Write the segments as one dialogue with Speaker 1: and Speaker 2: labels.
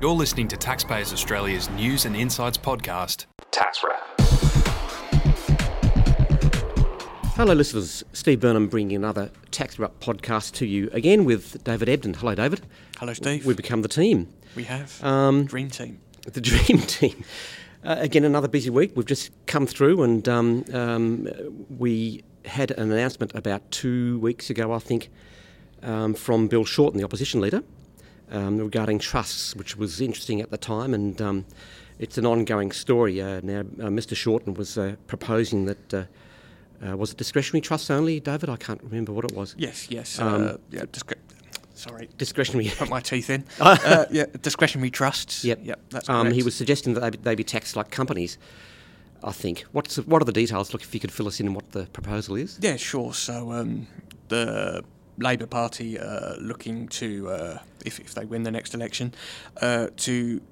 Speaker 1: You're listening to Taxpayers Australia's News and Insights podcast.
Speaker 2: Tax Wrap.
Speaker 3: Hello, listeners. Steve Burnham bringing another Tax Wrap podcast to you again with David Ebden. Hello, David.
Speaker 4: Hello, Steve.
Speaker 3: We've become the team,
Speaker 4: We have
Speaker 3: Um,
Speaker 4: dream team.
Speaker 3: the dream team. Uh, again, another busy week. We've just come through and um, um, we had an announcement about two weeks ago, I think, um, from Bill Shorten, the opposition leader, um, regarding trusts, which was interesting at the time. And um, it's an ongoing story. Uh, now, uh, Mr. Shorten was uh, proposing that. Uh, uh, was it discretionary trusts only, David? I can't remember what it was.
Speaker 4: Yes, yes.
Speaker 3: um,
Speaker 4: uh, yeah, discre- sorry,
Speaker 3: discretionary.
Speaker 4: put my teeth in. uh, yeah, discretionary trusts.
Speaker 3: Yep.
Speaker 4: yep. That's
Speaker 3: um, He
Speaker 4: correct.
Speaker 3: was suggesting that they be, they be taxed like companies. I think. What's what are the details? Look, if you could fill us in on what the proposal is.
Speaker 4: Yeah, sure. So um, the Labour Party uh, looking to, uh, if, if they win the next election, uh, to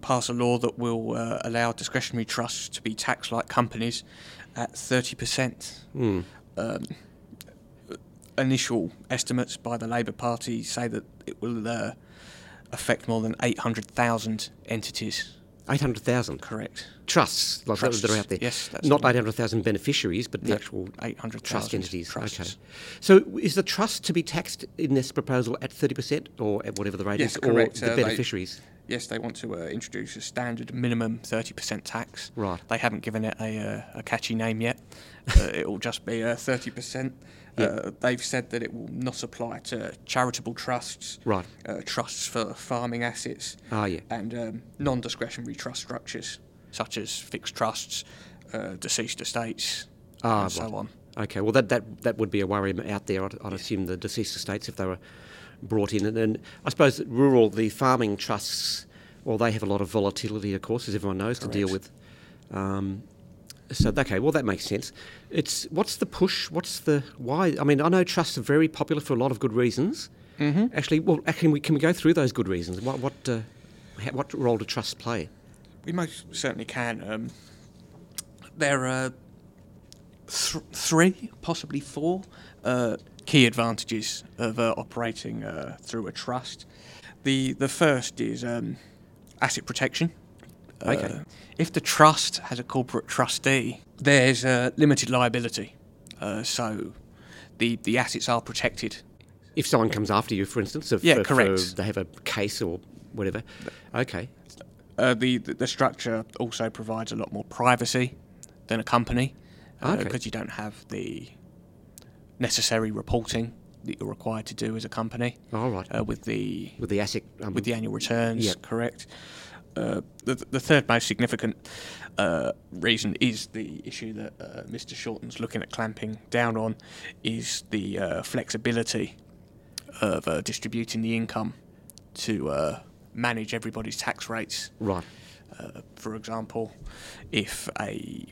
Speaker 4: pass a law that will uh, allow discretionary trusts to be taxed like companies at 30%.
Speaker 3: Hmm.
Speaker 4: Um, initial estimates by the Labour Party say that it will uh, affect more than 800,000 entities.
Speaker 3: Eight hundred thousand
Speaker 4: Correct.
Speaker 3: trusts, like those that are
Speaker 4: Trusts,
Speaker 3: out there.
Speaker 4: yes, that's
Speaker 3: Not
Speaker 4: the one.
Speaker 3: eight hundred thousand beneficiaries, but the
Speaker 4: No,
Speaker 3: actual
Speaker 4: 800,000
Speaker 3: trust entities. Okay.
Speaker 4: trusts.
Speaker 3: So, is the trust to be taxed in this proposal at thirty percent, or at whatever the rate
Speaker 4: Yes,
Speaker 3: is,
Speaker 4: correct.
Speaker 3: or the
Speaker 4: Uh, they-
Speaker 3: beneficiaries?
Speaker 4: Yes, they want to uh, introduce a standard minimum 30% tax.
Speaker 3: Right.
Speaker 4: They haven't given it a, uh, a catchy name yet. uh, it will just be uh, 30%. Uh, they've said that it will not apply to charitable trusts,
Speaker 3: Right.
Speaker 4: uh, trusts for farming assets,
Speaker 3: Ah, yeah.
Speaker 4: and um, non discretionary trust structures, such as fixed trusts, uh, deceased estates,
Speaker 3: Ah,
Speaker 4: and
Speaker 3: right.
Speaker 4: so on.
Speaker 3: Okay, well, that, that, that would be a worry out there, I'd, I'd assume, the deceased estates if they were brought in. And, and I suppose that rural, the farming trusts, well, they have a lot of volatility, of course, as everyone knows, to deal with.
Speaker 4: Correct.
Speaker 3: Um, so, okay, well, that makes sense. It's What's the push? What's the why? I mean, I know trusts are very popular for a lot of good reasons. Mm-hmm. Actually, well, actually, we, can we go through those good reasons? What, what, uh, ha- what role do trusts play?
Speaker 4: We most certainly can. Um, there are th- three, possibly four, uh, key advantages of uh, operating uh, through a trust. The the first is um, asset protection.
Speaker 3: Okay.
Speaker 4: Uh, if the trust has a corporate trustee, there's uh, limited liability, uh, so the the assets are protected.
Speaker 3: If someone comes after you, for instance, if,
Speaker 4: Yeah,
Speaker 3: if, uh,
Speaker 4: correct.
Speaker 3: they have a case or whatever. Okay.
Speaker 4: Uh, the the structure also provides a lot more privacy than a company because
Speaker 3: Okay.
Speaker 4: you don't have the necessary reporting that you're required to do as a company
Speaker 3: All Oh, right.
Speaker 4: uh, with the
Speaker 3: with the ASIC. Um,
Speaker 4: with the annual returns.
Speaker 3: Yeah.
Speaker 4: Correct. Uh, the, the third most significant uh, reason is the issue that uh, Mr. Shorten's looking at clamping down on is the uh, flexibility of uh, distributing the income to uh, manage everybody's tax rates.
Speaker 3: right.
Speaker 4: Uh, for example, if a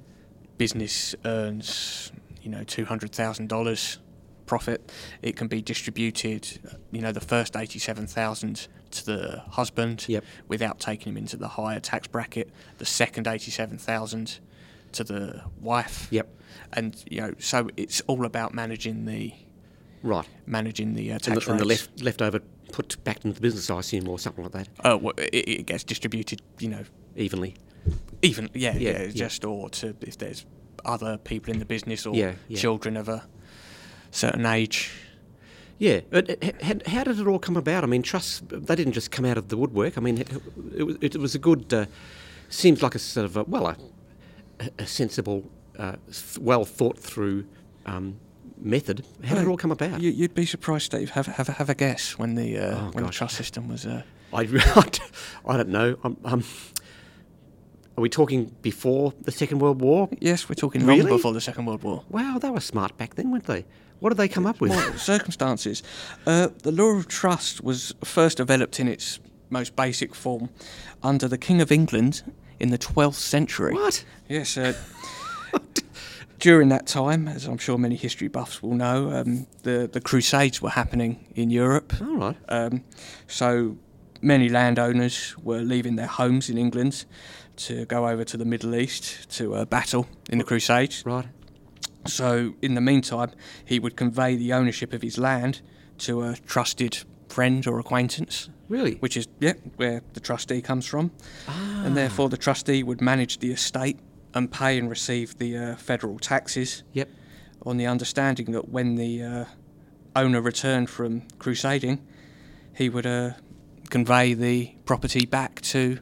Speaker 4: business earns, you know, two hundred thousand dollars profit, it can be distributed, you know, the first eighty-seven thousand to the husband
Speaker 3: Yep.
Speaker 4: without taking him into the higher tax bracket. The second eighty-seven thousand to the wife.
Speaker 3: Yep.
Speaker 4: And you know, so it's all about managing the
Speaker 3: Right.
Speaker 4: managing the uh,
Speaker 3: And
Speaker 4: tax
Speaker 3: the, and the
Speaker 4: rates.
Speaker 3: left leftover put back into the business, I assume, or something like that,
Speaker 4: Uh, wh- it, it gets distributed, you know,
Speaker 3: evenly.
Speaker 4: even yeah
Speaker 3: Yeah,
Speaker 4: yeah,
Speaker 3: yeah.
Speaker 4: just or to if there's other people in the business or
Speaker 3: Yeah, yeah.
Speaker 4: children of a certain age
Speaker 3: Yeah. But uh, h- h- how did it all come about? I mean, trusts they didn't just come out of the woodwork. I mean, it, it, was- it was a good. Uh, seems like a sort of a, well, a, a sensible, uh, th- well thought through um, method. How did it all come about?
Speaker 4: you, you'd be surprised steve have, have, have a guess when the uh,
Speaker 3: Oh,
Speaker 4: when
Speaker 3: gosh.
Speaker 4: the trust system was uh,
Speaker 3: I, I don't- I don't know. Um, um, are we talking before the Second World War?
Speaker 4: yes we're talking
Speaker 3: Really?
Speaker 4: long before the second world war
Speaker 3: Wow, they were smart back then, weren't they? What did they come up with?
Speaker 4: Well, circumstances. Uh, the law of trust was first developed in its most basic form under the King of England in the 12th century.
Speaker 3: What?
Speaker 4: Yes. Uh, during that time, as I'm sure many history buffs will know, um, the, the Crusades were happening in Europe.
Speaker 3: All right.
Speaker 4: Um, so many landowners were leaving their homes in England to go over to the Middle East to uh, battle in the Crusades.
Speaker 3: Right.
Speaker 4: So, in the meantime, he would convey the ownership of his land to a trusted friend or acquaintance.
Speaker 3: Really?
Speaker 4: Which is yeah, where the trustee comes from,
Speaker 3: Ah.
Speaker 4: and therefore the trustee would manage the estate and pay and receive the uh, federal taxes.
Speaker 3: Yep.
Speaker 4: On the understanding that when the uh, owner returned from crusading, he would uh, convey the property back to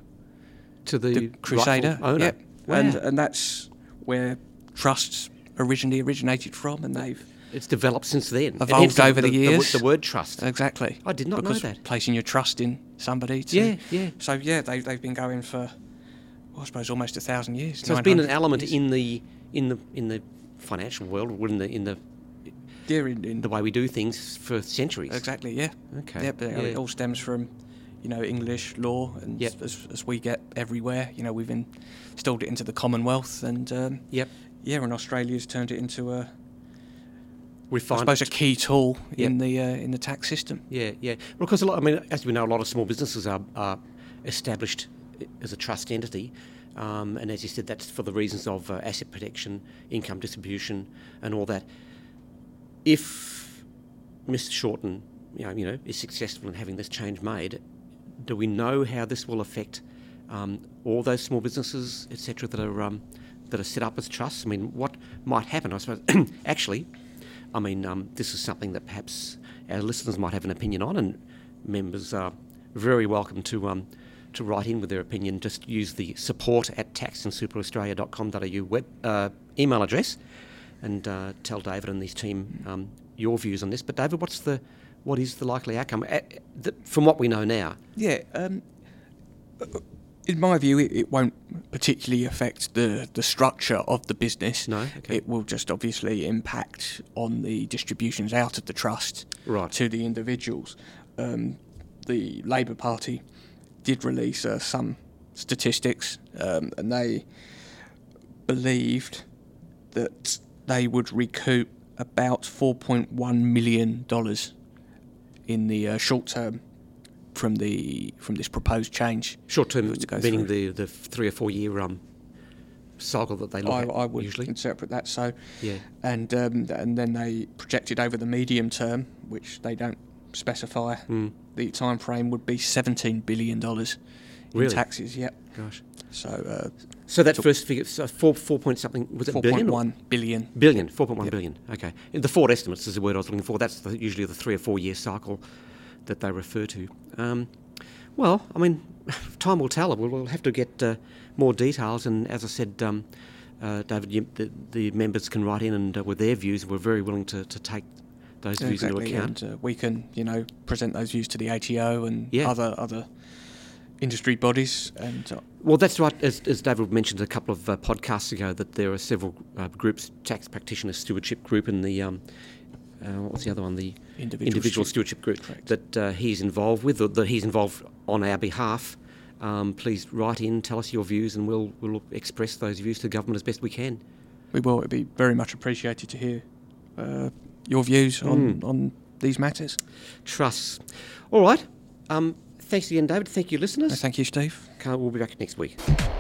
Speaker 3: To the,
Speaker 4: the
Speaker 3: rightful
Speaker 4: Crusader.
Speaker 3: owner.
Speaker 4: Yep. And uh,
Speaker 3: Wow.
Speaker 4: and that's where trusts originally originated from, and they've
Speaker 3: it's developed since then. And
Speaker 4: Evolved
Speaker 3: hence
Speaker 4: over the
Speaker 3: The,
Speaker 4: years. Uh,
Speaker 3: the, word trust.
Speaker 4: exactly.
Speaker 3: I did not know
Speaker 4: because
Speaker 3: that.
Speaker 4: Placing your trust in somebody. To,
Speaker 3: Yeah, yeah.
Speaker 4: So yeah, they they've been going for, well, I suppose, almost a thousand years.
Speaker 3: So it's been an
Speaker 4: 900
Speaker 3: element
Speaker 4: years.
Speaker 3: in the in the in the financial world, or in the in the
Speaker 4: Yeah, in, in
Speaker 3: the way we do things for centuries.
Speaker 4: Exactly. Yeah.
Speaker 3: Okay,
Speaker 4: Yep. Yeah.
Speaker 3: yeah.
Speaker 4: It all stems from, you know, English law, and
Speaker 3: Yep.
Speaker 4: as, as we get everywhere, you know, we've installed it into the Commonwealth, and um,
Speaker 3: Yep.
Speaker 4: yeah, and Australia's turned it into a,
Speaker 3: We
Speaker 4: I
Speaker 3: find
Speaker 4: suppose, a key tool in
Speaker 3: Yep.
Speaker 4: the uh, in the tax system.
Speaker 3: Yeah, yeah. Well, because a lot, I mean, as we know, a lot of small businesses are, are established as a trust entity, um, and as you said, that's for the reasons of uh, asset protection, income distribution, and all that. If Mr. Shorten, you know, you know, is successful in having this change made, do we know how this will affect um, all those small businesses, etc., that are um, that are set up as trusts? I mean, what might happen? I suppose actually, I mean, um, this is something that perhaps our listeners might have an opinion on, and members are very welcome to um, to write in with their opinion. Just use the support at taxandsuperaustralia.com.au web uh, email address, and uh, tell David and his team um, your views on this. But David, what's the what is the likely outcome Uh, the, from what we know now?
Speaker 4: Yeah. Um, in my view, it, it won't particularly affect the, the structure of the business.
Speaker 3: No? Okay.
Speaker 4: It will just obviously impact on the distributions out of the trust
Speaker 3: Right.
Speaker 4: to the individuals. Um, the Labour Party did release uh, some statistics, um, and they believed that they would recoup about $4.1 million in the uh, short term from the from this proposed change.
Speaker 3: Short term,
Speaker 4: to go
Speaker 3: meaning
Speaker 4: through.
Speaker 3: the, the three or four year um, cycle that they look
Speaker 4: I,
Speaker 3: at
Speaker 4: I would
Speaker 3: usually.
Speaker 4: interpret that so.
Speaker 3: Yeah.
Speaker 4: And um, th- and then they projected over the medium term, which they don't specify.
Speaker 3: Mm.
Speaker 4: The time frame would be seventeen billion dollars in
Speaker 3: Really?
Speaker 4: taxes. Yep.
Speaker 3: Gosh.
Speaker 4: So uh,
Speaker 3: So that first figure, so four four point something was it
Speaker 4: four
Speaker 3: billion?
Speaker 4: point
Speaker 3: or-
Speaker 4: one billion.
Speaker 3: Billion, 4.1 billion. Okay. The Ford estimates is the word I was looking for. That's the, usually the three or four year cycle that they refer to. Um, well, I mean, time will tell. We'll, we'll have to get uh, more details. And as I said, um, uh, David, you, the, the members can write in and uh, with their views. We're very willing to, to take those views
Speaker 4: Exactly.
Speaker 3: into account.
Speaker 4: And uh, we can you know present those views to the ATO and
Speaker 3: Yeah.
Speaker 4: other other industry bodies and. Uh,
Speaker 3: Well, that's right. As, as David mentioned a couple of uh, podcasts ago, that there are several uh, groups: tax practitioner stewardship group and the um, uh, what's the other one? The
Speaker 4: Individual stew-
Speaker 3: stewardship group
Speaker 4: Correct.
Speaker 3: that uh, he's involved with, or that he's involved on our behalf. Um, please write in, tell us your views, and we'll we'll express those views to government as best we can.
Speaker 4: We will. It'd be very much appreciated to hear uh, your views on,
Speaker 3: Hmm.
Speaker 4: on these matters.
Speaker 3: Trusts. All right. Um, thanks again, David. Thank you, listeners.
Speaker 4: Thank you, Steve.
Speaker 3: Can't- We'll be back next week.